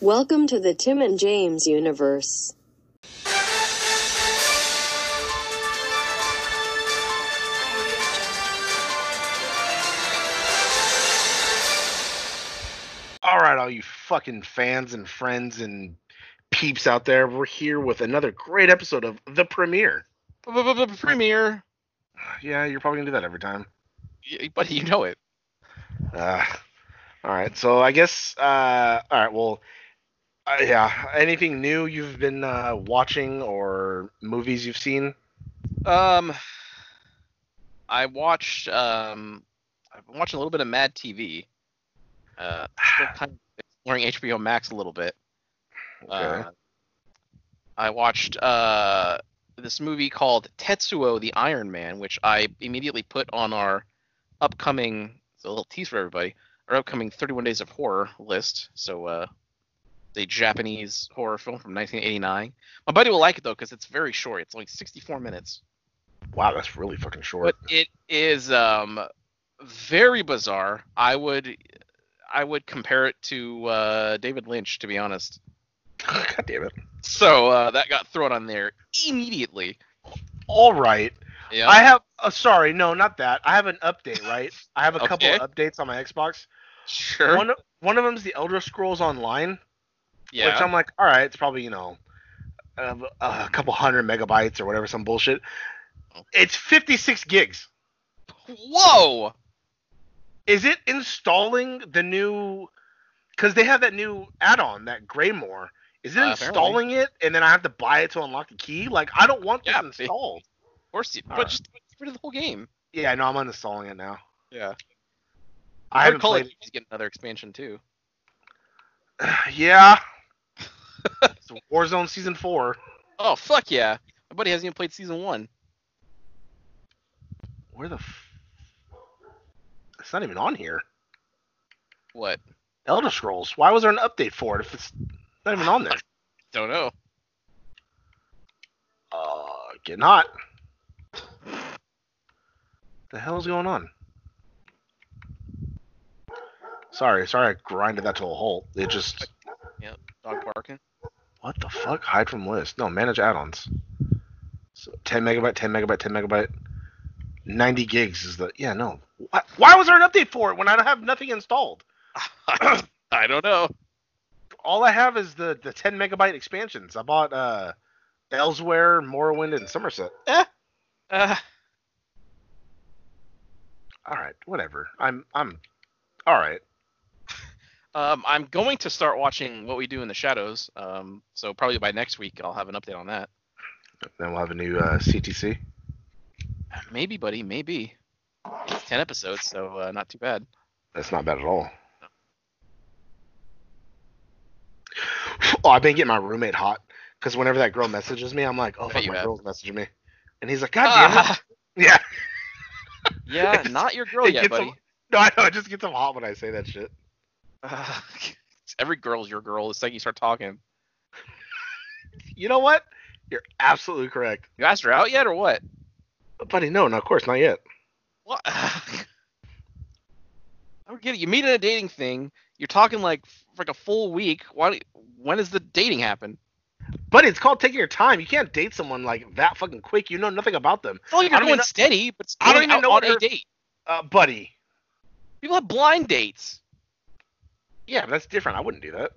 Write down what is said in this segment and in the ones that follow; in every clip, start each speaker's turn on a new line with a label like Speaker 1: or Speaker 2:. Speaker 1: Welcome to the Tim and James universe.
Speaker 2: All right, all you fucking fans and friends and peeps out there, we're here with another great episode of The Premiere.
Speaker 3: Premiere.
Speaker 2: Yeah, you're probably gonna do that every time.
Speaker 3: Y- Buddy, you know it.
Speaker 2: Uh, all right, so I guess, uh, all right, well, uh, yeah, anything new you've been uh, watching or movies you've seen?
Speaker 3: Um, I watched. Um, I've been watching a little bit of Mad TV. Uh, still kind of exploring HBO Max a little bit. Uh, I watched uh, this movie called Tetsuo the Iron Man, which I immediately put on our upcoming, it's a little tease for everybody, our upcoming 31 Days of Horror list. So, uh, the Japanese horror film from 1989. My buddy will like it though because it's very short. It's like 64 minutes,
Speaker 2: Wow, that's really fucking short.
Speaker 3: but it is um, very bizarre. I would, I would compare it to uh, David Lynch, to be honest.
Speaker 2: God damn it.
Speaker 3: So uh, that got thrown on there immediately.
Speaker 2: All right.
Speaker 3: Yeah.
Speaker 2: I have, uh, sorry, no, not that. I have an update, right? I have a couple
Speaker 3: Okay.
Speaker 2: of updates on my Xbox.
Speaker 3: sure.
Speaker 2: One, one of them's the Elder Scrolls Online.
Speaker 3: yeah.
Speaker 2: Which I'm like, all right, it's probably you know a, a couple hundred megabytes or whatever, some bullshit. It's 56 gigs.
Speaker 3: Whoa.
Speaker 2: Is it installing the new? Because they have that new add-on, that Graymore. Is it
Speaker 3: Uh, apparently.
Speaker 2: installing it, and then I have to buy it to unlock the key? Like, I don't want
Speaker 3: Yeah,
Speaker 2: this installed.
Speaker 3: Of course, you, but
Speaker 2: Alright.
Speaker 3: just get rid of the whole game.
Speaker 2: Yeah, no, I'm uninstalling it now.
Speaker 3: Yeah.
Speaker 2: I
Speaker 3: I would
Speaker 2: haven't
Speaker 3: call
Speaker 2: played.
Speaker 3: it. He's getting another expansion too.
Speaker 2: it. yeah. it's Warzone season four.
Speaker 3: Oh fuck yeah! My buddy hasn't even played season one.
Speaker 2: Where the? F- it's not even on here.
Speaker 3: What?
Speaker 2: Elder Scrolls. Why was there an update for it if it's not even on there?
Speaker 3: Don't know.
Speaker 2: Uh, getting hot. The hell's going on? Sorry, sorry, I grinded that to a halt. It just,
Speaker 3: Dog barking.
Speaker 2: what the fuck? Hide from list. No, manage add-ons. So 10 megabyte, 10 megabyte, 10 megabyte, 90 gigs is the. Yeah, no. Why, why was there an update for it when I don't have nothing installed?
Speaker 3: I don't know.
Speaker 2: All I have is the the 10 megabyte expansions. I bought uh, Elsewhere, Morrowind, and Somerset.
Speaker 3: Uh,
Speaker 2: All right, whatever. I'm I'm all right.
Speaker 3: um, I'm going to start watching What We Do in the Shadows. Um, so probably by next week I'll have an update on that.
Speaker 2: Then we'll have a new uh, CTC.
Speaker 3: Maybe, buddy. Maybe. It's Ten episodes, so uh, not too bad.
Speaker 2: That's not bad at all. Oh, I've been getting my roommate hot because whenever that girl messages me, I'm like, oh,
Speaker 3: Bet
Speaker 2: fuck,
Speaker 3: you
Speaker 2: my
Speaker 3: have. Ah.
Speaker 2: girl's messaging me, and he's like, God damn it. Yeah,
Speaker 3: Yeah,
Speaker 2: It's-
Speaker 3: not your girl
Speaker 2: it
Speaker 3: yet,
Speaker 2: gets
Speaker 3: buddy.
Speaker 2: no, I know. It just gets him hot when I say that shit.
Speaker 3: Ugh. Every girl's your girl. It's like you start talking.
Speaker 2: You know what? You're absolutely correct,
Speaker 3: You asked her out yet or what?
Speaker 2: buddy. No, no, of course not yet.
Speaker 3: What? I don't get it. You meet in a dating thing. You're talking like for like a full week. Why? When does the dating happen?
Speaker 2: Buddy, it's called taking your time. You can't date someone like that fucking quick. You know nothing about them,
Speaker 3: It's not like
Speaker 2: I
Speaker 3: you're
Speaker 2: don't
Speaker 3: going
Speaker 2: even-
Speaker 3: steady, but it's
Speaker 2: I don't
Speaker 3: going
Speaker 2: even
Speaker 3: out
Speaker 2: know
Speaker 3: on
Speaker 2: what
Speaker 3: a
Speaker 2: her-
Speaker 3: date.
Speaker 2: uh, buddy.
Speaker 3: People have blind dates.
Speaker 2: Yeah, but that's different. I wouldn't do that.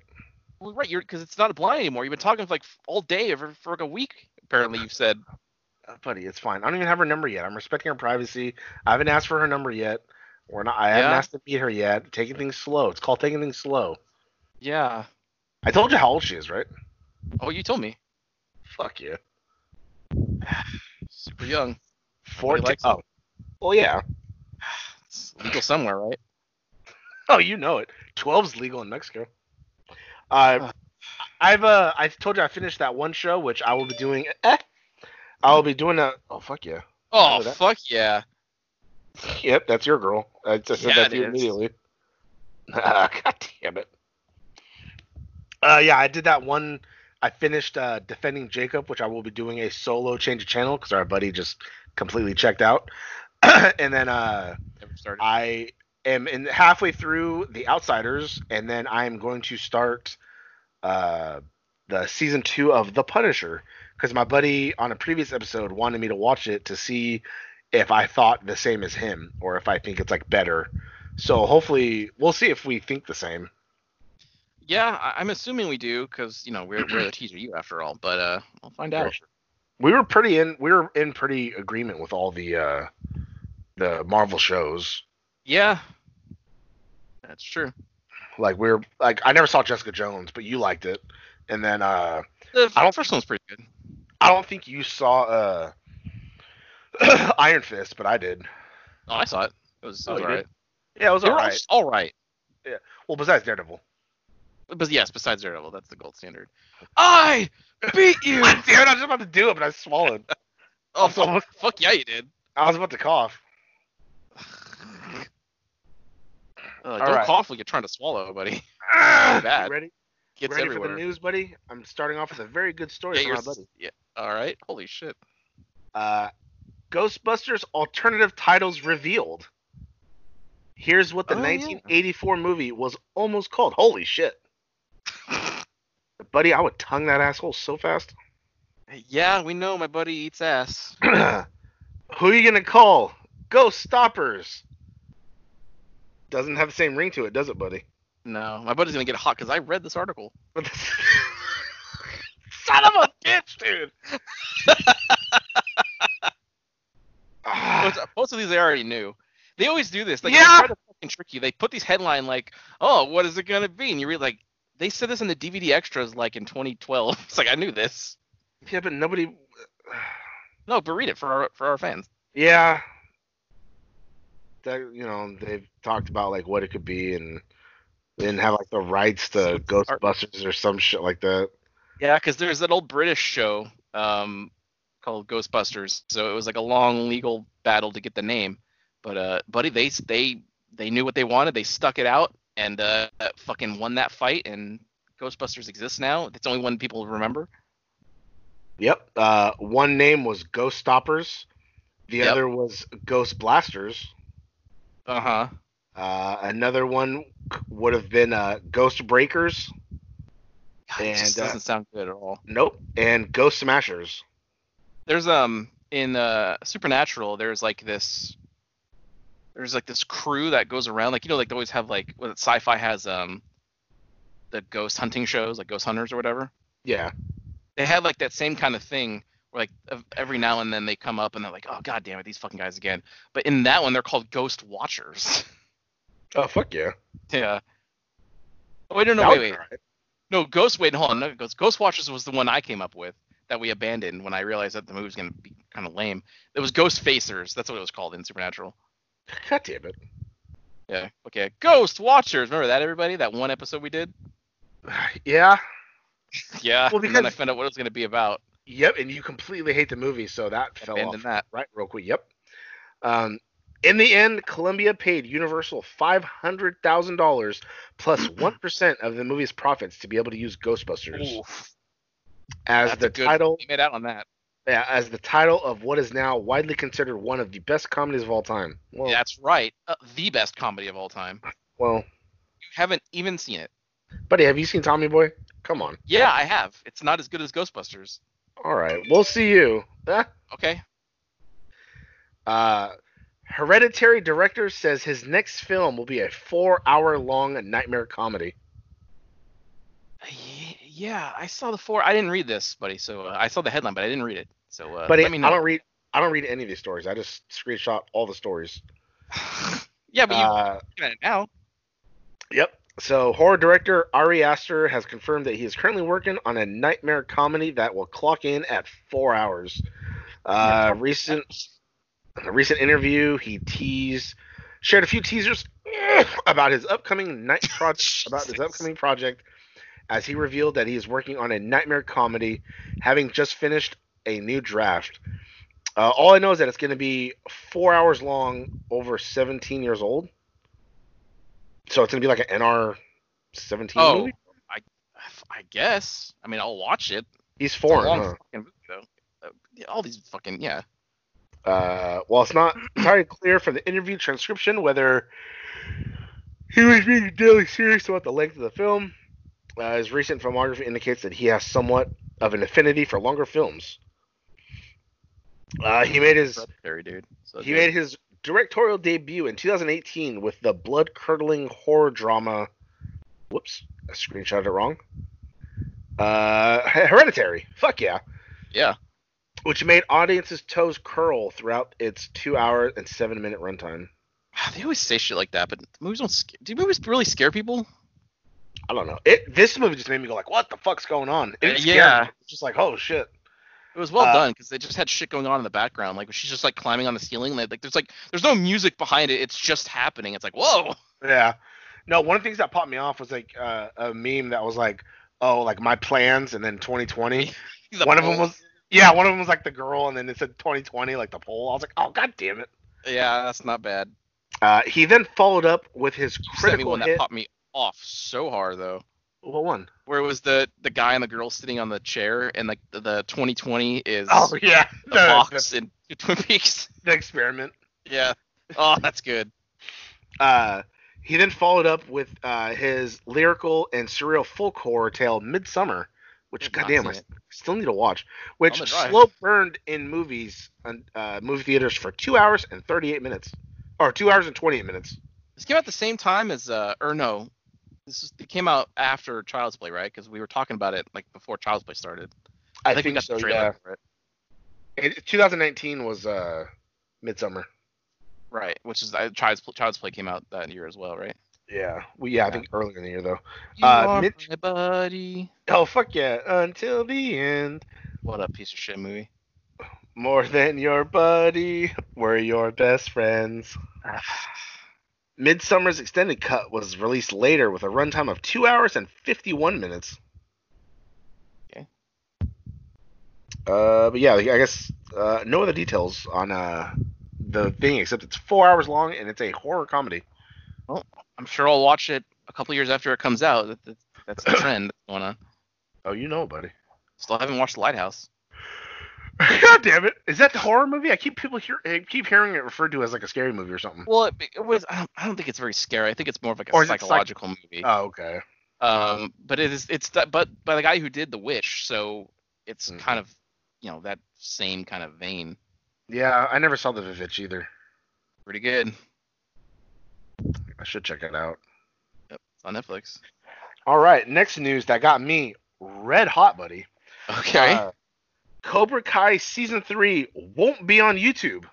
Speaker 3: Well, right, you're because it's not a blind anymore. You've been talking for like all day for, for like a week. Apparently, you've said.
Speaker 2: Uh, buddy, it's fine. I don't even have her number yet. I'm respecting her privacy. I haven't asked for her number yet. We're not. I haven't
Speaker 3: Yeah.
Speaker 2: asked to meet her yet. Taking things slow. It's called taking things slow.
Speaker 3: Yeah.
Speaker 2: I told you how old she is, right?
Speaker 3: Oh, you told me.
Speaker 2: Fuck you.
Speaker 3: Super young.
Speaker 2: Fourteen.
Speaker 3: likes
Speaker 2: oh. Well, yeah.
Speaker 3: It's legal somewhere, right?
Speaker 2: Oh, you know it. Twelve's legal in Mexico. Uh, I've uh, I told you I finished that one show, which I will be doing. Eh, I will be doing a. Oh fuck yeah.
Speaker 3: Oh,
Speaker 2: know that.
Speaker 3: fuck yeah.
Speaker 2: Yep, that's your girl. I just said
Speaker 3: Yeah,
Speaker 2: that to
Speaker 3: it
Speaker 2: you
Speaker 3: is.
Speaker 2: immediately. Ah, God damn it. Uh, yeah, I did that one. I finished uh, defending Jacob, which I will be doing a solo change of channel because our buddy just completely checked out. and then uh,
Speaker 3: Never started.
Speaker 2: I am in halfway through The Outsiders, and then I am going to start uh, the season two of The Punisher because my buddy on a previous episode wanted me to watch it to see if I thought the same as him or if I think it's like better. So hopefully we'll see if we think the same.
Speaker 3: Yeah, I- I'm assuming we do because you know we're we're the TGU after all. But uh, I'll find out.
Speaker 2: We were pretty in we were in pretty agreement with all the uh, the Marvel shows.
Speaker 3: Yeah, that's true.
Speaker 2: Like we we're like I never saw Jessica Jones, but you liked it. And then uh
Speaker 3: The
Speaker 2: I don't-
Speaker 3: first one's pretty good.
Speaker 2: I don't think you saw uh Iron Fist, but I did.
Speaker 3: Oh, I saw it. It was, it
Speaker 2: Oh,
Speaker 3: was
Speaker 2: you
Speaker 3: all
Speaker 2: did?
Speaker 3: right.
Speaker 2: Yeah, it was
Speaker 3: They were all
Speaker 2: alright.
Speaker 3: s- all right.
Speaker 2: Well, besides Daredevil.
Speaker 3: But yes, besides Daredevil, that's the gold standard. I beat you.
Speaker 2: Damn it, I was about to do it, but I swallowed.
Speaker 3: oh,
Speaker 2: I'm so-
Speaker 3: fuck, fuck yeah, you did.
Speaker 2: I was about to cough.
Speaker 3: Uh, don't
Speaker 2: right.
Speaker 3: cough like you're trying to swallow, buddy.
Speaker 2: Ah,
Speaker 3: bad.
Speaker 2: You ready?
Speaker 3: Gets
Speaker 2: ready
Speaker 3: everywhere.
Speaker 2: for the news, buddy? I'm starting off with a very good story
Speaker 3: yeah,
Speaker 2: from
Speaker 3: you're
Speaker 2: my
Speaker 3: s-
Speaker 2: buddy.
Speaker 3: yeah. All right. Holy shit.
Speaker 2: Uh, Ghostbusters alternative titles revealed. Here's what the
Speaker 3: Oh, yeah.
Speaker 2: 1984 movie was almost called. Holy shit. Buddy, I would tongue that asshole so fast.
Speaker 3: Yeah, we know my buddy eats ass.
Speaker 2: Who are you gonna call? Ghost Stoppers. Doesn't have the same ring to it, does it, buddy?
Speaker 3: No, my buddy's gonna get hot because I read this article.
Speaker 2: But this- Son of a bitch, dude. Ah,
Speaker 3: Most, Oh, most of these I already knew. They always do this. Like,
Speaker 2: Yeah.
Speaker 3: They try to fucking trick you. They put these headline like, "Oh, what is it gonna be?" And you read like, they said this in the DVD extras like in 2012. It's like I knew this.
Speaker 2: yeah, but nobody.
Speaker 3: No, but read it for our for our fans.
Speaker 2: Yeah. That you know they've talked about like what it could be and they didn't have like the rights to Ghostbusters or some shit like that.
Speaker 3: Yeah, because there's that old British show um, called Ghostbusters. So it was like a long legal battle to get the name. But uh, buddy, they they they knew what they wanted. They stuck it out and uh, fucking won that fight. And Ghostbusters exists now. It's the only one people remember.
Speaker 2: Yep. Uh, one name was Ghost Stoppers. The
Speaker 3: Yep.
Speaker 2: other was Ghost Blasters.
Speaker 3: Uh huh.
Speaker 2: Uh, another one c- would have been uh, Ghost Breakers.
Speaker 3: It just
Speaker 2: And, uh,
Speaker 3: doesn't sound good at all.
Speaker 2: Nope. And Ghost Smashers.
Speaker 3: There's um in uh, Supernatural. There's like this. There's like this crew that goes around, like you know, like they always have like what sci-fi has um, the ghost hunting shows, like Ghost Hunters or whatever.
Speaker 2: Yeah.
Speaker 3: they had like that same kind of thing where like ev- every now and then they come up and they're like, oh god damn it, these fucking guys again. But in that one, they're called Ghost Watchers.
Speaker 2: Oh fuck yeah.
Speaker 3: yeah. Oh, wait, no, no,
Speaker 2: That
Speaker 3: wait,
Speaker 2: was
Speaker 3: wait,
Speaker 2: alright.
Speaker 3: no, Ghost. Wait, hold on, no, Ghost. Ghost Watchers was the one I came up with that we abandoned when I realized that the movie was gonna be kind of lame. It was Ghost Facers. That's what it was called in Supernatural.
Speaker 2: God damn it.
Speaker 3: Yeah. Okay. Ghost Watchers. Remember that, everybody? That one episode we did.
Speaker 2: Yeah.
Speaker 3: Yeah.
Speaker 2: Well,
Speaker 3: and then I
Speaker 2: because-
Speaker 3: found out what it was gonna be about.
Speaker 2: Yep. And you completely hate the movie, so that fell off.
Speaker 3: Abandoned that.
Speaker 2: right real quick. Yep. Um, in the end, Columbia paid Universal five hundred thousand dollars plus one percent of the movie's profits to be able to use Ghostbusters
Speaker 3: Oof.
Speaker 2: as
Speaker 3: That's
Speaker 2: the
Speaker 3: a good-
Speaker 2: title
Speaker 3: They made out on that.
Speaker 2: yeah, as the title of what is now widely considered one of the best comedies of all time. Well,
Speaker 3: That's right. Uh, the best comedy of all time.
Speaker 2: well,
Speaker 3: You haven't even seen it.
Speaker 2: buddy, have you seen Tommy Boy? Come on.
Speaker 3: Yeah, I have. It's not as good as Ghostbusters.
Speaker 2: All right, we'll see you. Ah.
Speaker 3: Okay.
Speaker 2: Uh, Hereditary director says his next film will be a four-hour-long nightmare comedy.
Speaker 3: Y- Yeah, I saw the four. I didn't read this, buddy. So uh, I saw the headline, but I didn't read it. So uh,
Speaker 2: But
Speaker 3: let me
Speaker 2: I
Speaker 3: know.
Speaker 2: don't read. I don't read any of these stories. I just screenshot all the stories.
Speaker 3: yeah, but you're
Speaker 2: Uh,
Speaker 3: looking at it now.
Speaker 2: yep. So horror director Ari Aster has confirmed that he is currently working on a nightmare comedy that will clock in at four hours. Uh, recent in a recent interview, he teased shared a few teasers eh, about his upcoming night pro- about his
Speaker 3: Jesus.
Speaker 2: upcoming project as he revealed that he is working on a nightmare comedy, having just finished a new draft. Uh, all I know is that it's going to be four hours long, over 17 years old. So it's going to be like an NR 17
Speaker 3: Oh,
Speaker 2: movie.
Speaker 3: I, I guess. I mean, I'll watch it.
Speaker 2: He's
Speaker 3: It's a
Speaker 2: foreign.
Speaker 3: long
Speaker 2: huh?
Speaker 3: fucking movie, though. Uh, yeah, all these fucking yeah.
Speaker 2: Uh, while it's not entirely clear from the interview transcription whether he was being deadly serious about the length of the film, Uh, his recent filmography indicates that he has somewhat of an affinity for longer films. Uh, he made his
Speaker 3: Hereditary, dude. So
Speaker 2: he made his directorial debut in 2018 with the blood-curdling horror drama. Whoops, I screenshotted it wrong. Uh, Hereditary. Fuck yeah.
Speaker 3: Yeah.
Speaker 2: Which made audiences' toes curl throughout its two-hour and seven-minute runtime.
Speaker 3: They always say shit like that, but movies don't. Sca- Do movies really scare people?
Speaker 2: I don't know. It this movie just made me go like, what the fuck's going on? It
Speaker 3: Uh,
Speaker 2: didn't scare
Speaker 3: yeah.
Speaker 2: me. It's just like, oh shit.
Speaker 3: It was well
Speaker 2: Uh,
Speaker 3: done 'cause done because they just had shit going on in the background. Like she's just like climbing on the ceiling. Like, like there's like there's no music behind it. It's just happening. It's like whoa.
Speaker 2: Yeah. No, one of the things that popped me off was like uh, a meme that was like, oh, like my plans, and then 2020.
Speaker 3: The
Speaker 2: one of
Speaker 3: pole.
Speaker 2: them was yeah, one of them was like the girl, and then it said 2020, like the poll. I was like, oh god damn it.
Speaker 3: Yeah, that's not bad.
Speaker 2: Uh, he then followed up with his
Speaker 3: You sent me
Speaker 2: critical
Speaker 3: one that
Speaker 2: hit.
Speaker 3: popped me off so hard though.
Speaker 2: What one?
Speaker 3: Where it was the the guy and the girl sitting on the chair and like the, the 2020 is
Speaker 2: Oh yeah,
Speaker 3: the box in Twin Peaks.
Speaker 2: the experiment.
Speaker 3: Yeah. Oh, that's good.
Speaker 2: Uh, he then followed up with uh, his lyrical and surreal folk horror tale *Midsummer*, which
Speaker 3: I've not
Speaker 2: goddamn I
Speaker 3: seen
Speaker 2: still need to watch.
Speaker 3: On
Speaker 2: Which
Speaker 3: the drive.
Speaker 2: slow burned in movies, on, uh, movie theaters for two hours and 38 minutes, or two hours and 28 minutes.
Speaker 3: This came out the same time as uh or no, this is, it came out after Child's Play, right? Because we were talking about it like before Child's Play started.
Speaker 2: I,
Speaker 3: we got the trailer for it.
Speaker 2: It, 2019 was uh, *Midsummer*.
Speaker 3: Right, which is uh, Child's Play, Child's Play came out that year as well, right?
Speaker 2: Yeah, we yeah, I
Speaker 3: Yeah.
Speaker 2: think earlier in the year though.
Speaker 3: You
Speaker 2: Uh,
Speaker 3: are
Speaker 2: Mitch-
Speaker 3: my buddy.
Speaker 2: Oh fuck yeah! Until the end,
Speaker 3: What a piece of shit movie.
Speaker 2: more than your buddy, we're your best friends. Midsummer's extended cut was released later with a runtime of two hours and fifty-one minutes.
Speaker 3: Okay.
Speaker 2: Uh, but yeah, I guess uh, no other details on uh the thing except it's four hours long and it's a horror comedy.
Speaker 3: I'm sure I'll watch it a couple years after it comes out. That, that, that's the trend that's going on.
Speaker 2: Oh, you know, buddy.
Speaker 3: Still haven't watched The Lighthouse.
Speaker 2: God damn it! Is that the horror movie? I keep people hear I keep hearing it referred to as like a scary movie or something.
Speaker 3: Well, it, it was. I don't, I don't think it's very scary. I think it's more of like a
Speaker 2: Or is it psych-
Speaker 3: psychological movie.
Speaker 2: Oh, okay.
Speaker 3: um, but it is. It's that. But by the guy who did The Witch, so it's
Speaker 2: Mhm.
Speaker 3: kind of, you know, that same kind of vein.
Speaker 2: Yeah, I never saw the Vivitch either.
Speaker 3: Pretty good. It's
Speaker 2: I should check it out.
Speaker 3: on Netflix.
Speaker 2: All right, next news that got me red hot, buddy.
Speaker 3: Okay.
Speaker 2: Uh, Cobra Kai season three won't be on YouTube.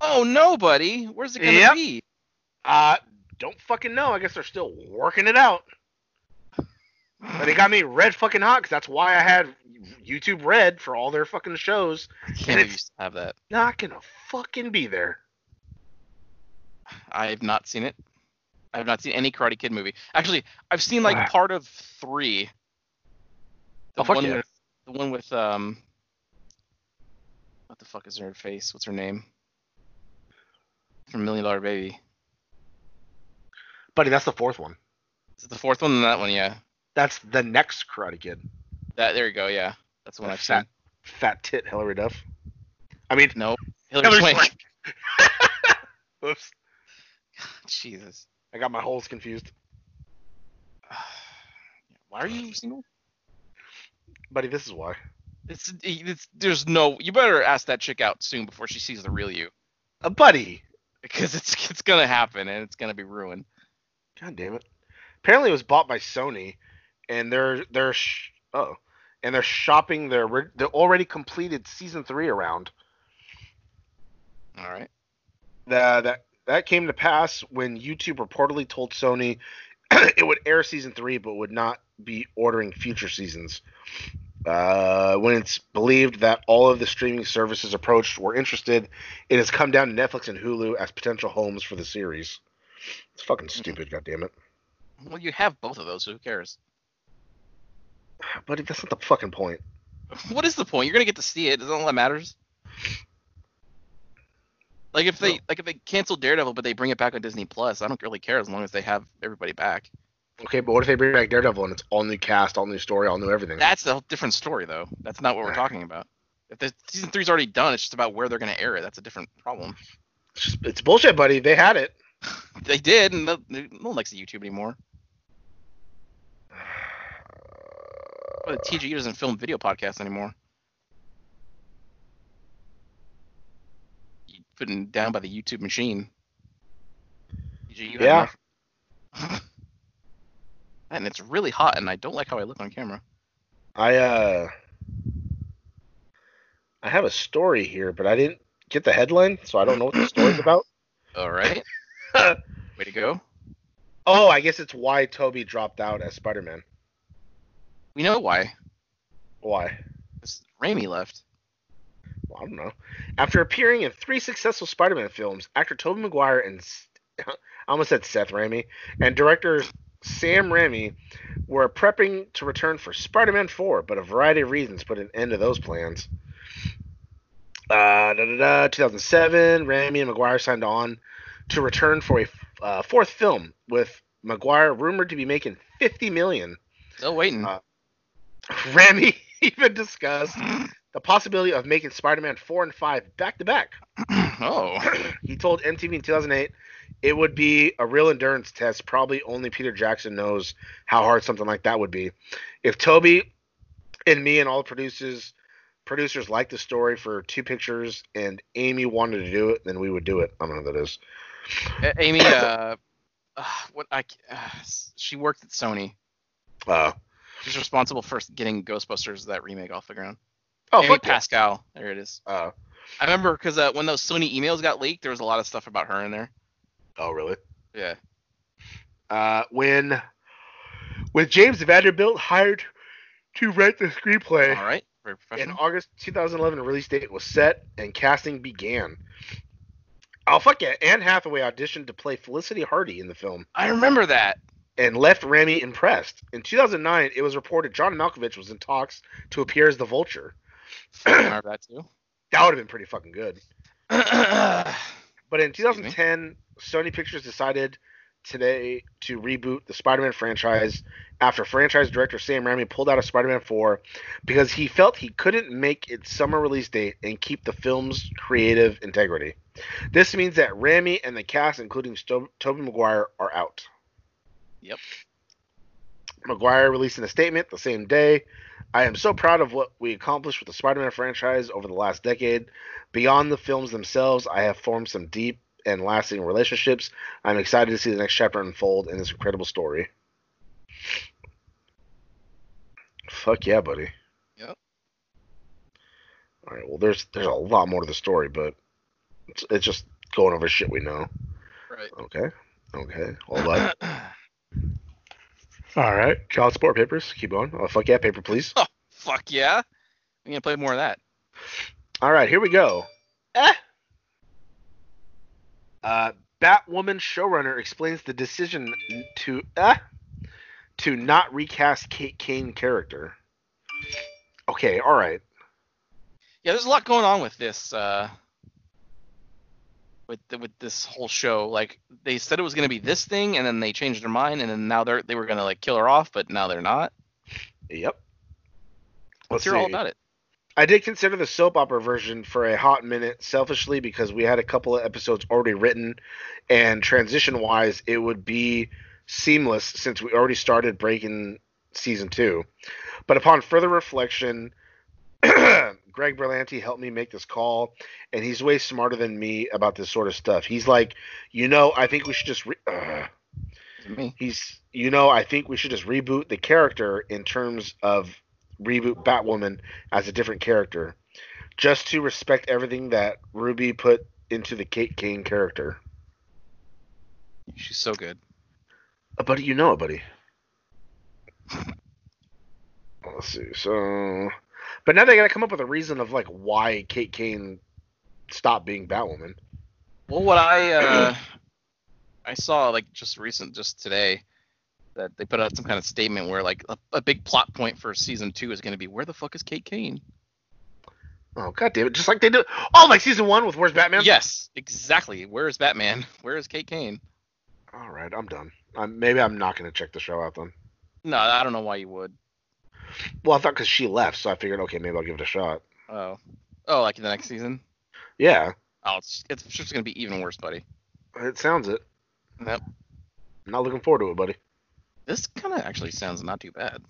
Speaker 3: oh no, buddy. Where's it gonna
Speaker 2: Yep.
Speaker 3: be?
Speaker 2: Uh, don't fucking know. I guess they're still working it out. But it got me red fucking hot because that's why I had YouTube red for all their fucking shows. And
Speaker 3: Can't believe you
Speaker 2: it's-
Speaker 3: still have that.
Speaker 2: Not gonna fucking be there.
Speaker 3: I have not seen it. I have not seen any Karate Kid movie. Actually, I've seen like part of three. The
Speaker 2: Oh, fuck
Speaker 3: one
Speaker 2: yeah.
Speaker 3: with the one with um what the fuck is her face? What's her name? From Million Dollar Baby.
Speaker 2: Buddy, that's the fourth one.
Speaker 3: Is it the fourth one? That one, yeah.
Speaker 2: That's the next Karate Kid.
Speaker 3: That there you go, yeah. That's the one I've
Speaker 2: Fat
Speaker 3: seen.
Speaker 2: Fat tit Hillary Duff. I mean,
Speaker 3: Nope. Hillary,
Speaker 2: Hillary
Speaker 3: Swank.
Speaker 2: Swank. Oops,
Speaker 3: Jesus.
Speaker 2: I got my holes confused.
Speaker 3: Why are you single?
Speaker 2: Buddy, this is why.
Speaker 3: It's, it's there's no. You better ask that chick out soon before she sees the real you,
Speaker 2: Uh, buddy.
Speaker 3: because it's it's gonna happen and it's gonna be ruined.
Speaker 2: God damn it. Apparently, it was bought by Sony, and they're they're sh- oh, and they're shopping their ri- the already completed season three around.
Speaker 3: All right.
Speaker 2: That that that came to pass when YouTube reportedly told Sony it would air season three, but would not be ordering future seasons. Uh, when it's believed that all of the streaming services approached were interested, it has come down to Netflix and Hulu as potential homes for the series. It's fucking stupid, God damn it.
Speaker 3: Well, you have both of those, so who cares?
Speaker 2: But that's not the fucking point.
Speaker 3: What is the point? You're gonna get to see it. Isn't all that matters? Like if they
Speaker 2: No.
Speaker 3: like if they cancel Daredevil, but they bring it back on Disney Plus, I don't really care as long as they have everybody back.
Speaker 2: Okay, but what if they bring back Daredevil and it's all new cast, all new story, all new everything?
Speaker 3: That's a different story, though. That's not what we're talking about. If the season three's already done, it's just about where they're gonna air it. That's a different problem.
Speaker 2: It's, just, it's bullshit, buddy. They had it.
Speaker 3: They did, and no, no one likes the YouTube anymore. Well, TGU doesn't film video podcasts anymore. You putting it down by the YouTube machine. TGU had
Speaker 2: Yeah.
Speaker 3: enough. and it's really hot, and I don't like how I look on camera.
Speaker 2: I uh I have a story here, but I didn't get the headline, so I don't know what the story's about.
Speaker 3: All right. Way to go.
Speaker 2: Oh, I guess it's why Toby dropped out as Spider-Man.
Speaker 3: We know why.
Speaker 2: Why?
Speaker 3: 'Cause Raimi left.
Speaker 2: Well, I don't know. After appearing in three successful Spider-Man films, actor Tobey Maguire and S- I almost said Seth Raimi and director Sam Raimi were prepping to return for Spider-Man 4, but a variety of reasons put an end to those plans. Uh, da, da, da, 2007, Raimi and Maguire signed on to return for a uh, fourth film, with Maguire rumored to be making 50 million.
Speaker 3: Still waiting.
Speaker 2: Uh, Raimi even discussed the possibility of making Spider-Man 4 and 5 back to back.
Speaker 3: oh.
Speaker 2: He told MTV in 2008 it would be a real endurance test. Probably only Peter Jackson knows how hard something like that would be. If Toby and me and all the producers producers liked the story for two pictures and Amy wanted to do it, then we would do it. I don't know who that is.
Speaker 3: A- Amy, uh, uh, what I, c- uh, s- she worked at Sony.
Speaker 2: Uh,
Speaker 3: She's responsible for getting Ghostbusters that remake off the ground.
Speaker 2: oh,
Speaker 3: Amy
Speaker 2: fuck yeah.
Speaker 3: Pascal. There it is.
Speaker 2: Uh,
Speaker 3: I remember because uh, when those Sony emails got leaked, there was a lot of stuff about her in there.
Speaker 2: oh, really?
Speaker 3: Yeah.
Speaker 2: uh, when when James Vanderbilt hired to write the screenplay
Speaker 3: All right. Very
Speaker 2: in
Speaker 3: professional.
Speaker 2: August 2011, a release date was set and casting began. Oh fuck yeah! Anne Hathaway auditioned to play Felicity Hardy in the film
Speaker 3: I remember that.
Speaker 2: and left Rami impressed. In 2009, it was reported John Malkovich was in talks to appear as the Vulture.
Speaker 3: I remember that too.
Speaker 2: That would have been pretty fucking good.
Speaker 3: I
Speaker 2: But in
Speaker 3: Excuse me?
Speaker 2: 2010, Sony Pictures decided today to reboot the Spider-Man franchise after franchise director Sam Raimi pulled out of Spider-Man 4 because he felt he couldn't make its summer release date and keep the film's creative integrity. This means that Raimi and the cast, including Sto- Tobey Maguire, are out.
Speaker 3: Yep.
Speaker 2: Maguire released in a statement the same day. I am so proud of what we accomplished with the Spider-Man franchise over the last decade. Beyond the films themselves, I have formed some deep and lasting relationships. I'm excited to see the next chapter unfold in this incredible story. Fuck yeah, buddy.
Speaker 3: Yep.
Speaker 2: All right. Well, there's there's a lot more to the story, but it's, it's just going over shit we know. Okay. Okay. Hold on.
Speaker 3: right.
Speaker 2: All right. Child support papers. Keep going. Oh, fuck yeah, paper, please.
Speaker 3: Fuck yeah. We gonna play more of that.
Speaker 2: All right, here we go. Uh, Batwoman showrunner explains the decision to eh, to not recast Kate Kane character. Okay, all right.
Speaker 3: Yeah, there's a lot going on with this. Uh, with the, with this whole show, like they said it was gonna be this thing, and then they changed their mind, and then now they're they were gonna like kill her off, but now they're not.
Speaker 2: Yep.
Speaker 3: Let's hear all about it.
Speaker 2: I did consider the soap opera version for a hot minute, selfishly, because we had a couple of episodes already written, and transition wise, it would be seamless since we already started breaking season two. But upon further reflection, Greg Berlanti helped me make this call, and he's way smarter than me about this sort of stuff. He's like, you know, I think we should just. Re- Ugh
Speaker 3: Is it me?
Speaker 2: he's you know i think we should just reboot the character in terms of reboot batwoman as a different character just to respect everything that ruby put into the kate kane character
Speaker 3: She's so good.
Speaker 2: Uh, buddy you know it buddy let's see so but now they gotta come up with a reason of like why kate kane stopped being batwoman
Speaker 3: Well, what I uh, I saw like just recent, just today, that they put out some kind of statement where like a, a big plot point for season two is going to be where the fuck is Kate Kane?
Speaker 2: oh god damn it just like they do oh like season one with where's batman
Speaker 3: Yes, exactly. Where is Batman? Where is Kate Kane?
Speaker 2: all right i'm done I'm, maybe i'm not gonna check the show out then
Speaker 3: No, I don't know why you would.
Speaker 2: Well, I thought because she left, so I figured, okay, maybe I'll give it a shot.
Speaker 3: Oh, oh, like in the next season?
Speaker 2: Yeah,
Speaker 3: Oh, it's it's just going to be even worse, buddy.
Speaker 2: it sounds it.
Speaker 3: Yep.
Speaker 2: Not looking forward to it, buddy.
Speaker 3: This kind of actually sounds not too bad.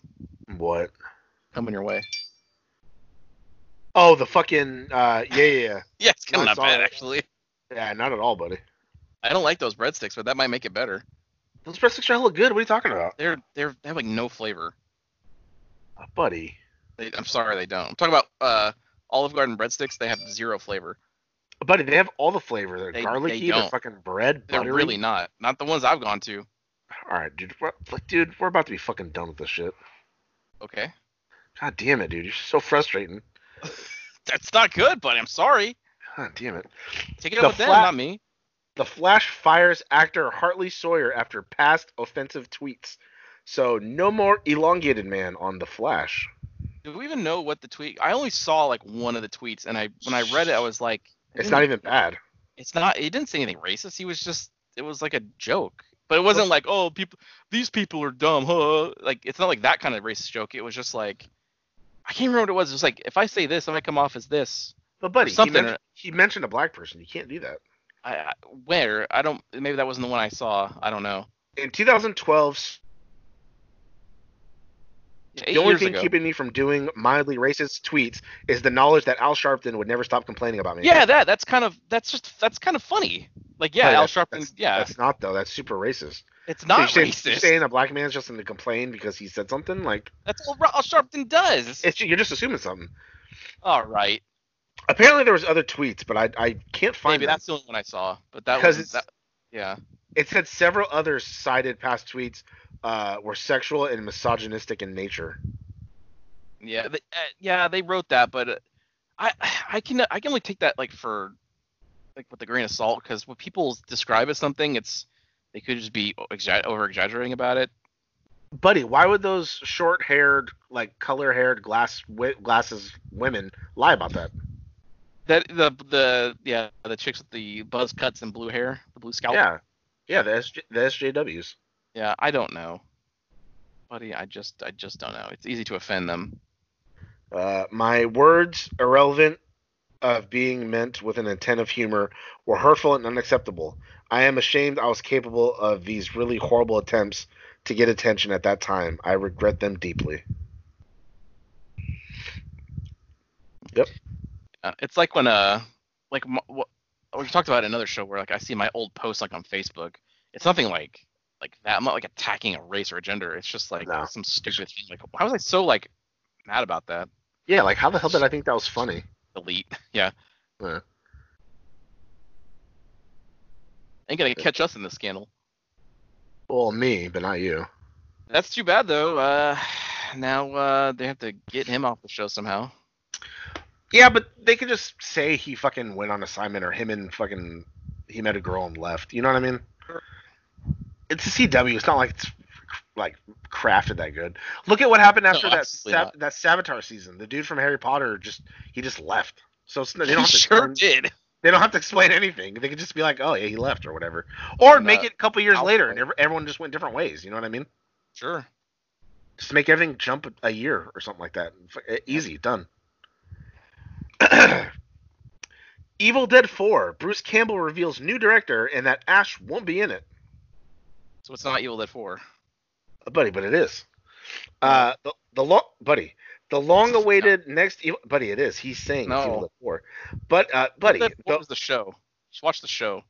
Speaker 2: What?
Speaker 3: coming your way.
Speaker 2: Oh, the fucking uh, yeah, yeah, yeah.
Speaker 3: Yeah, it's kind
Speaker 2: No, I
Speaker 3: of
Speaker 2: saw
Speaker 3: bad
Speaker 2: it.
Speaker 3: actually.
Speaker 2: Yeah, not at all, buddy.
Speaker 3: I don't like those breadsticks, but that might make it better.
Speaker 2: Those breadsticks are hella good. What are you talking about,
Speaker 3: They're they're they have like no flavor.
Speaker 2: Uh, buddy?
Speaker 3: They, I'm sorry, they don't. I'm talking about uh, Olive Garden breadsticks. They have zero flavor.
Speaker 2: Uh, Buddy, they have all the flavor. They're
Speaker 3: They-
Speaker 2: garlicky.
Speaker 3: they
Speaker 2: They are
Speaker 3: don't.
Speaker 2: fucking bread.
Speaker 3: They're
Speaker 2: buttery.
Speaker 3: really not. Not the ones I've gone to.
Speaker 2: All right, dude. We're, like, dude, we're about to be fucking done with this shit.
Speaker 3: Okay,
Speaker 2: God damn it, dude. You're so frustrating.
Speaker 3: that's not good, buddy. I'm sorry.
Speaker 2: God damn it.
Speaker 3: Take it
Speaker 2: The
Speaker 3: up with them,
Speaker 2: flat-
Speaker 3: not me.
Speaker 2: The Flash fires actor Hartley Sawyer after past offensive tweets. So no more elongated man on The Flash.
Speaker 3: Do we even know what the tweet? I only saw like one of the tweets, and I when I read it, I was like,
Speaker 2: It's not even bad.
Speaker 3: it's not. He didn't say anything racist. He was just. It was like a joke, but it wasn't like, oh, people, these people are dumb, huh? Like it's not like that kind of racist joke. It was just like, I can't remember what it was. It was like if I say this, I might come off as this.
Speaker 2: But buddy, he,
Speaker 3: Something-
Speaker 2: mentioned, he mentioned a black person. You can't do that.
Speaker 3: I, I where I don't. Maybe that wasn't the one I saw. I don't know.
Speaker 2: In 2012,
Speaker 3: Eight
Speaker 2: the only
Speaker 3: years
Speaker 2: thing
Speaker 3: ago.
Speaker 2: keeping me from doing mildly racist tweets is the knowledge that Al Sharpton would never stop complaining about me.
Speaker 3: Yeah, that that's kind of that's just that's kind of funny. Like yeah,
Speaker 2: Buddy,
Speaker 3: Al
Speaker 2: that's-
Speaker 3: Sharpton.
Speaker 2: Oh, that's-
Speaker 3: Yeah,
Speaker 2: That's not though. That's super racist.
Speaker 3: it's not
Speaker 2: so you're
Speaker 3: racist.
Speaker 2: Saying, you're saying a black man's just going to complain because he said something? Like,
Speaker 3: that's all Ra- Al Sharpton does.
Speaker 2: it's, you're just assuming something.
Speaker 3: all right.
Speaker 2: Apparently, there was other tweets, but I, I can't find
Speaker 3: Maybe
Speaker 2: them.
Speaker 3: that's the only one I saw, but that
Speaker 2: Because
Speaker 3: was
Speaker 2: it's-
Speaker 3: that, yeah.
Speaker 2: It said several other cited past tweets uh, were sexual and misogynistic in nature.
Speaker 3: Yeah, they, uh, yeah, they wrote that, but uh, I I can I can only take that like for like with a grain of salt because when people describe as something, it's they could just be exa- over exaggerating about it.
Speaker 2: Buddy, why would those short-haired, like color-haired glass wi- glasses women lie about that?
Speaker 3: That the the yeah the chicks with the buzz cuts and blue hair, the blue scalp.
Speaker 2: Yeah, yeah, the, SJ, the SJWs.
Speaker 3: Yeah, I don't know, buddy. I just I just don't know. It's easy to offend them.
Speaker 2: Uh, my words, irrelevant of being meant with an intent of humor, were hurtful and unacceptable. I am ashamed I was capable of these really horrible attempts to get attention at that time. I regret them deeply.
Speaker 3: Uh, it's like when uh like m- what we talked about in another show where like I see my old posts like on Facebook. It's nothing like like that. I'm not like attacking a race or a gender. It's just like
Speaker 2: No.
Speaker 3: some stupid thing. Like why was I so like mad about that?
Speaker 2: Yeah, like how the hell did I think that was funny?
Speaker 3: Delete. yeah.
Speaker 2: Yeah.
Speaker 3: Ain't gonna catch us in this scandal.
Speaker 2: Well, me, but not you.
Speaker 3: That's too bad though. Uh, now uh, they have to get him off the show somehow.
Speaker 2: Yeah, but they could just say he fucking went on assignment or him and fucking he met a girl and left. You know what I mean?
Speaker 3: Sure.
Speaker 2: It's a CW. It's not like it's like crafted that good. Look at what happened
Speaker 3: No,
Speaker 2: after that
Speaker 3: absolutely
Speaker 2: Sav-
Speaker 3: not.
Speaker 2: that Savitar season. The dude from Harry Potter just he just left. So it's, they don't
Speaker 3: He
Speaker 2: have to
Speaker 3: sure
Speaker 2: explain,
Speaker 3: did.
Speaker 2: they don't have to explain anything. They could just be like, oh yeah, he left or whatever, or
Speaker 3: And,
Speaker 2: make
Speaker 3: uh,
Speaker 2: it a couple years
Speaker 3: I'll-
Speaker 2: later and ev- everyone just went different ways. You know what I mean?
Speaker 3: Sure.
Speaker 2: Just make everything jump a year or something like that. F- eh, Easy, done. Evil Dead 4. Bruce Campbell reveals new director and that Ash won't be in it.
Speaker 3: So it's not Evil Dead 4.
Speaker 2: Uh, Buddy, but it is. Uh, the, the long buddy, the long-awaited next evil buddy. It is. He's saying it's
Speaker 3: No.
Speaker 2: Evil Dead 4. But uh, buddy,
Speaker 3: Evil Dead 4
Speaker 2: the-
Speaker 3: was the show. Just watch the show.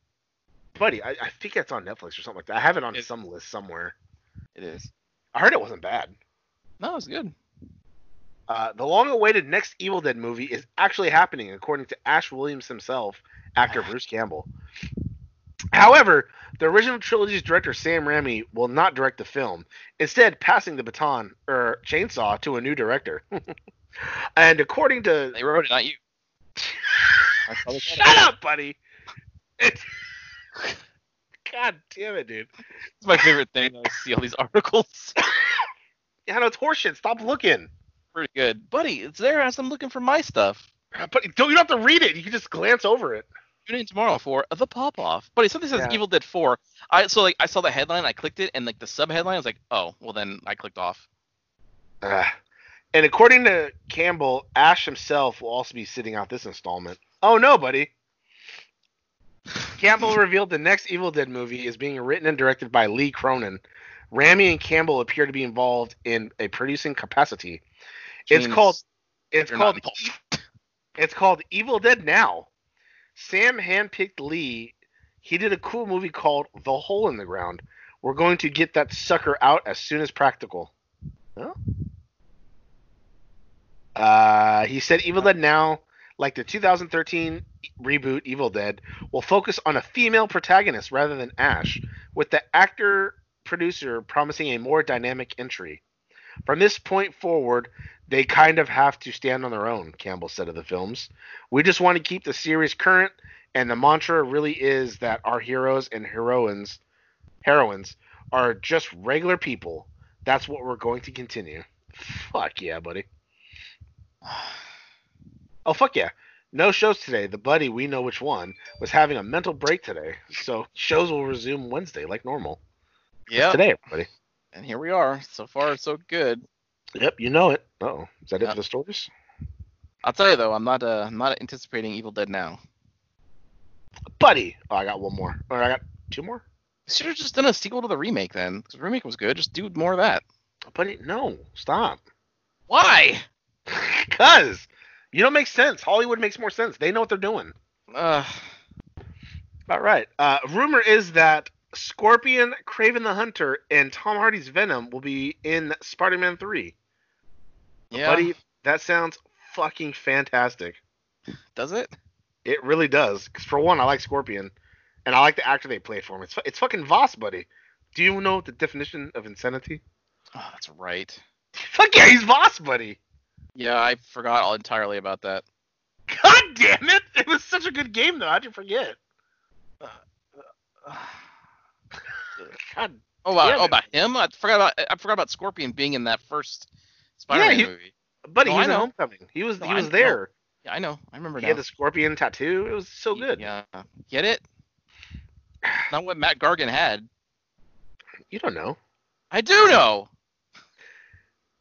Speaker 2: buddy, I, I think it's on Netflix or something like that. I have it on
Speaker 3: It-
Speaker 2: some list somewhere.
Speaker 3: It is.
Speaker 2: I heard it wasn't bad.
Speaker 3: No, it's good.
Speaker 2: Uh, the long-awaited next Evil Dead movie is actually happening, according to Ash Williams himself, actor Bruce Campbell. However, the original trilogy's director Sam Raimi will not direct the film, instead passing the baton or chainsaw to a new director. and according to
Speaker 3: They wrote it, not you. I saw the
Speaker 2: shut up, buddy. It's... God damn it, dude.
Speaker 3: It's my favorite thing. I see all these articles.
Speaker 2: Yeah, no, it's horseshit. Stop looking.
Speaker 3: Pretty good, buddy. It's there as I'm looking for my stuff.
Speaker 2: But don't you don't have to read it. You can just glance over it.
Speaker 3: Tune in tomorrow for the pop off, buddy. Something says
Speaker 2: Yeah.
Speaker 3: Evil Dead 4. I so like I saw the headline, I clicked it, and like the sub headline, I was like, oh, well then I clicked off.
Speaker 2: Uh, and according to Campbell, Ash himself will also be sitting out this installment. Oh no, buddy. Campbell revealed the next Evil Dead movie is being written and directed by Lee Cronin. Rami and Campbell appear to be involved in a producing capacity. It's
Speaker 3: James,
Speaker 2: called- It's
Speaker 3: you're
Speaker 2: called E-,
Speaker 3: not involved.
Speaker 2: It's called Evil Dead Now. Sam handpicked Lee. He did a cool movie called The Hole in the Ground. We're going to get that sucker out as soon as practical. Huh? Uh, he said Evil Dead Now, like the 2013 reboot Evil Dead, will focus on a female protagonist rather than Ash, with the actor producer promising a more dynamic entry. From this point forward, they kind of have to stand on their own, Campbell said of the films. We just want to keep the series current, and the mantra really is that our heroes and heroines heroines are just regular people. That's what we're going to continue. Fuck yeah, buddy. Oh fuck yeah. No shows today. The buddy we know which one was having a mental break today. So shows will resume Wednesday like normal.
Speaker 3: Yep.
Speaker 2: Today, everybody.
Speaker 3: And here we are. So far, so good.
Speaker 2: Yep, you know it. Oh, is that it
Speaker 3: Yeah.
Speaker 2: for the stories?
Speaker 3: I'll tell you though, I'm not uh, I'm not anticipating Evil Dead now.
Speaker 2: Buddy. Oh, I got one more. Or I got two more?
Speaker 3: Should have just done a sequel to the remake then, because the remake was good. Just do more of that.
Speaker 2: Buddy, no. Stop.
Speaker 3: Why?
Speaker 2: Because you don't make sense. Hollywood makes more sense. They know what they're doing.
Speaker 3: Uh,
Speaker 2: All right. Uh, rumor is that Scorpion, Craven the Hunter, and Tom Hardy's Venom will be in Spider Man 3.
Speaker 3: yeah.
Speaker 2: Buddy, that sounds fucking fantastic.
Speaker 3: Does it?
Speaker 2: It really does. 'Cause for one, I like Scorpion, and I like the actor they played for him. It's, fu- it's fucking Voss, buddy. Do you know the definition of insanity?
Speaker 3: Oh, that's right.
Speaker 2: Fuck yeah, he's Voss, buddy.
Speaker 3: Yeah, I forgot all entirely about that.
Speaker 2: God damn it. It was such a good game, though. How'd you forget?
Speaker 3: Uh,
Speaker 2: God
Speaker 3: Oh, about,
Speaker 2: Damn
Speaker 3: oh,
Speaker 2: it.
Speaker 3: about him? I forgot about I forgot about Scorpion being in that first Spider-Man
Speaker 2: he-
Speaker 3: movie.
Speaker 2: Buddy,
Speaker 3: No,
Speaker 2: he
Speaker 3: I
Speaker 2: was in
Speaker 3: know.
Speaker 2: Homecoming. He was
Speaker 3: No,
Speaker 2: he
Speaker 3: I
Speaker 2: was
Speaker 3: know.
Speaker 2: there.
Speaker 3: Yeah, I know. I remember
Speaker 2: He
Speaker 3: now.
Speaker 2: had the scorpion tattoo. It was so good.
Speaker 3: Yeah. Get it? Not what Matt Gargan had.
Speaker 2: You don't know.
Speaker 3: I do know.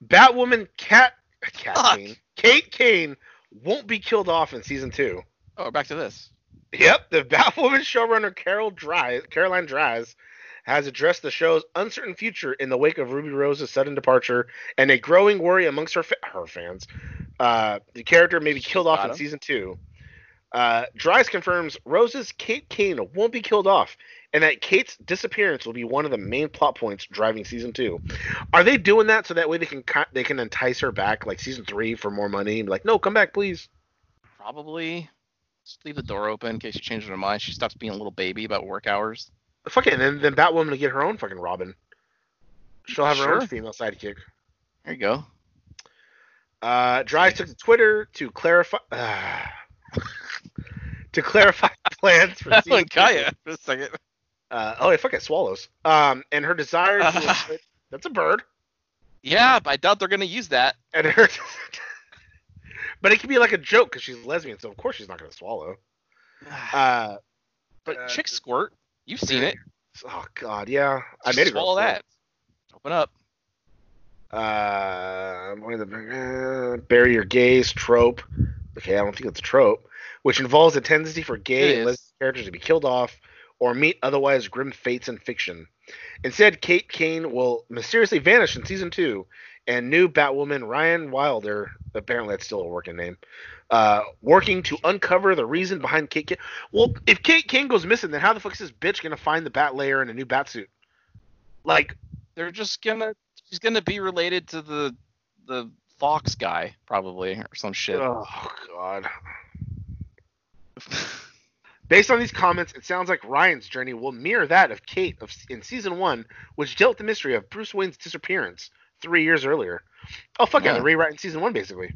Speaker 2: Batwoman Cat Cat
Speaker 3: Fuck.
Speaker 2: Kane. Kate Kane won't be killed off in season two.
Speaker 3: Oh, we're back to this.
Speaker 2: Yep, the Batwoman showrunner Carol Dries, Caroline Dries has addressed the show's uncertain future in the wake of Ruby Rose's sudden departure and a growing worry amongst her fa- her fans. Uh, the character may be
Speaker 3: She
Speaker 2: killed off
Speaker 3: got
Speaker 2: in
Speaker 3: him.
Speaker 2: season two. Uh, Dries confirms Rose's Kate Kane won't be killed off, and that Kate's disappearance will be one of the main plot points driving season two. Are they doing that so that way they can co- they can entice her back like season three for more money? Like, no, come back, please.
Speaker 3: Probably. Just leave the door open in case she changes her mind. She stops being a little baby about work hours.
Speaker 2: Fuck it, and then, then Batwoman to get her own fucking Robin. She'll have her own
Speaker 3: Sure.
Speaker 2: female sidekick.
Speaker 3: There you go.
Speaker 2: Uh, Drive took to Twitter to clarify to clarify plans for
Speaker 3: That
Speaker 2: season
Speaker 3: one got
Speaker 2: two.
Speaker 3: ya for a second.
Speaker 2: Uh, oh, yeah, fuck it, swallows. Um, and her desire to avoid- that's a bird,
Speaker 3: Yeah, but I doubt they're gonna use that.
Speaker 2: and her. but it could be like a joke because she's lesbian, so of course she's not gonna swallow. Uh,
Speaker 3: but
Speaker 2: uh,
Speaker 3: chick squirt, you've seen it.
Speaker 2: oh god, yeah, I
Speaker 3: Just
Speaker 2: made a girl
Speaker 3: swallow
Speaker 2: squirt.
Speaker 3: that. Open up.
Speaker 2: uh, one of the uh, bury your gays trope. Okay, I don't think it's a trope, which involves a tendency for
Speaker 3: It
Speaker 2: gay and
Speaker 3: is.
Speaker 2: lesbian characters to be killed off or meet otherwise grim fates in fiction. Instead, Kate Kane will mysteriously vanish in season two, and new Batwoman Ryan Wilder, apparently that's still a working name, uh, working to uncover the reason behind Kate Kane. Well, if Kate Kane goes missing, then how the fuck is this bitch gonna find the Bat Layer in a new Batsuit? Like,
Speaker 3: They're just gonna she's gonna be related to the the Fox guy, probably, or some shit.
Speaker 2: oh god. Based on these comments, it sounds like Ryan's journey will mirror that of Kate of, in season one, which dealt with the mystery of Bruce Wayne's disappearance three years earlier. Oh fuck yeah,
Speaker 3: Yeah.
Speaker 2: they're rewriting season one basically.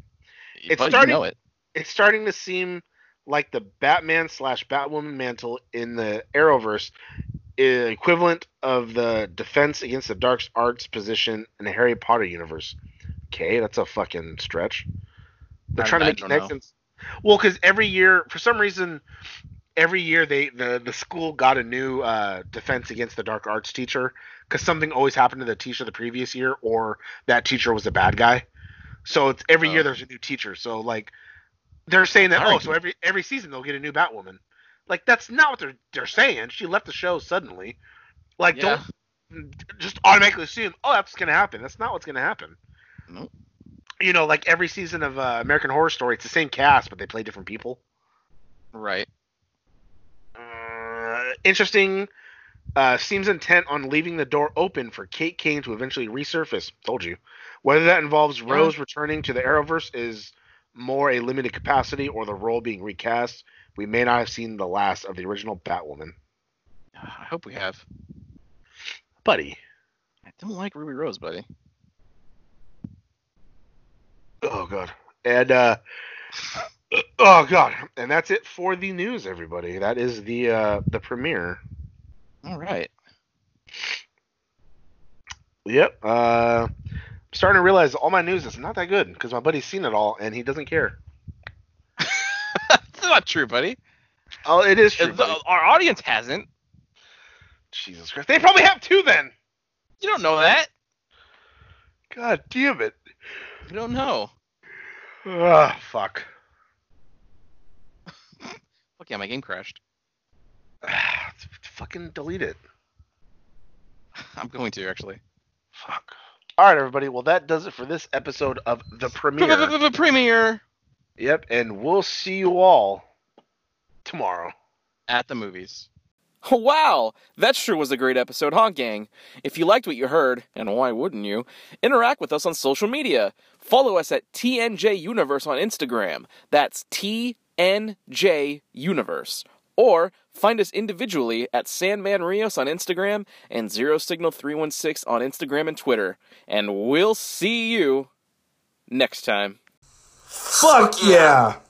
Speaker 3: But
Speaker 2: starting-
Speaker 3: you know it.
Speaker 2: It's starting to seem like the Batman slash Batwoman mantle in the Arrowverse is equivalent of the defense against the dark arts position in the Harry Potter universe. Okay, that's a fucking stretch. They're
Speaker 3: I-
Speaker 2: trying to
Speaker 3: I
Speaker 2: make
Speaker 3: don't know.
Speaker 2: connections. Well, because every year, for some reason, every year they the the school got a new uh, defense against the dark arts teacher because something always happened to the teacher the previous year, or that teacher was a bad guy. So it's every year
Speaker 3: Oh.
Speaker 2: there's a new teacher. So like they're saying that oh,
Speaker 3: Alright.
Speaker 2: so every every season they'll get a new Batwoman. Like that's not what they're they're saying. She left the show suddenly. Like
Speaker 3: Yeah.
Speaker 2: don't just automatically assume oh that's gonna happen. That's not what's gonna happen.
Speaker 3: Nope.
Speaker 2: you know, like every season of uh, American Horror Story, it's the same cast, but they play different people.
Speaker 3: Right.
Speaker 2: Uh, interesting. Uh, seems intent on leaving the door open for Kate Kane to eventually resurface. Told you. Whether that involves Rose returning to the Arrowverse is more a limited capacity or the role being recast. We may not have seen the last of the original Batwoman.
Speaker 3: I hope we have.
Speaker 2: Buddy.
Speaker 3: I don't like Ruby Rose, buddy.
Speaker 2: Oh, God. And, uh, oh, God. And that's it for the news, everybody. That is the, uh, the premiere.
Speaker 3: All right.
Speaker 2: Yep. Uh, I'm starting to realize all my news is not that good because my buddy's seen it all and he doesn't care.
Speaker 3: That's not true, buddy.
Speaker 2: Oh, it is true.
Speaker 3: The-
Speaker 2: buddy.
Speaker 3: our audience hasn't.
Speaker 2: Jesus Christ. They probably have two then.
Speaker 3: You don't know that.
Speaker 2: God damn it.
Speaker 3: You don't know.
Speaker 2: Ah, fuck.
Speaker 3: Fuck yeah, my game crashed.
Speaker 2: Ah, fucking delete it.
Speaker 3: I'm going to actually.
Speaker 2: Fuck. All right, everybody. Well, that does it for this episode of the premiere.
Speaker 3: Premiere
Speaker 2: yep, and we'll see you all tomorrow.
Speaker 3: at the movies.
Speaker 4: Wow, that sure was a great episode, huh, gang? If you liked what you heard, and why wouldn't you, interact with us on social media. Follow us at TNJ Universe on Instagram. That's TNJ Universe. Or find us individually at Sandman Rios on Instagram and Zero Signal 316 on Instagram and Twitter. And we'll see you next time.
Speaker 5: Fuck yeah!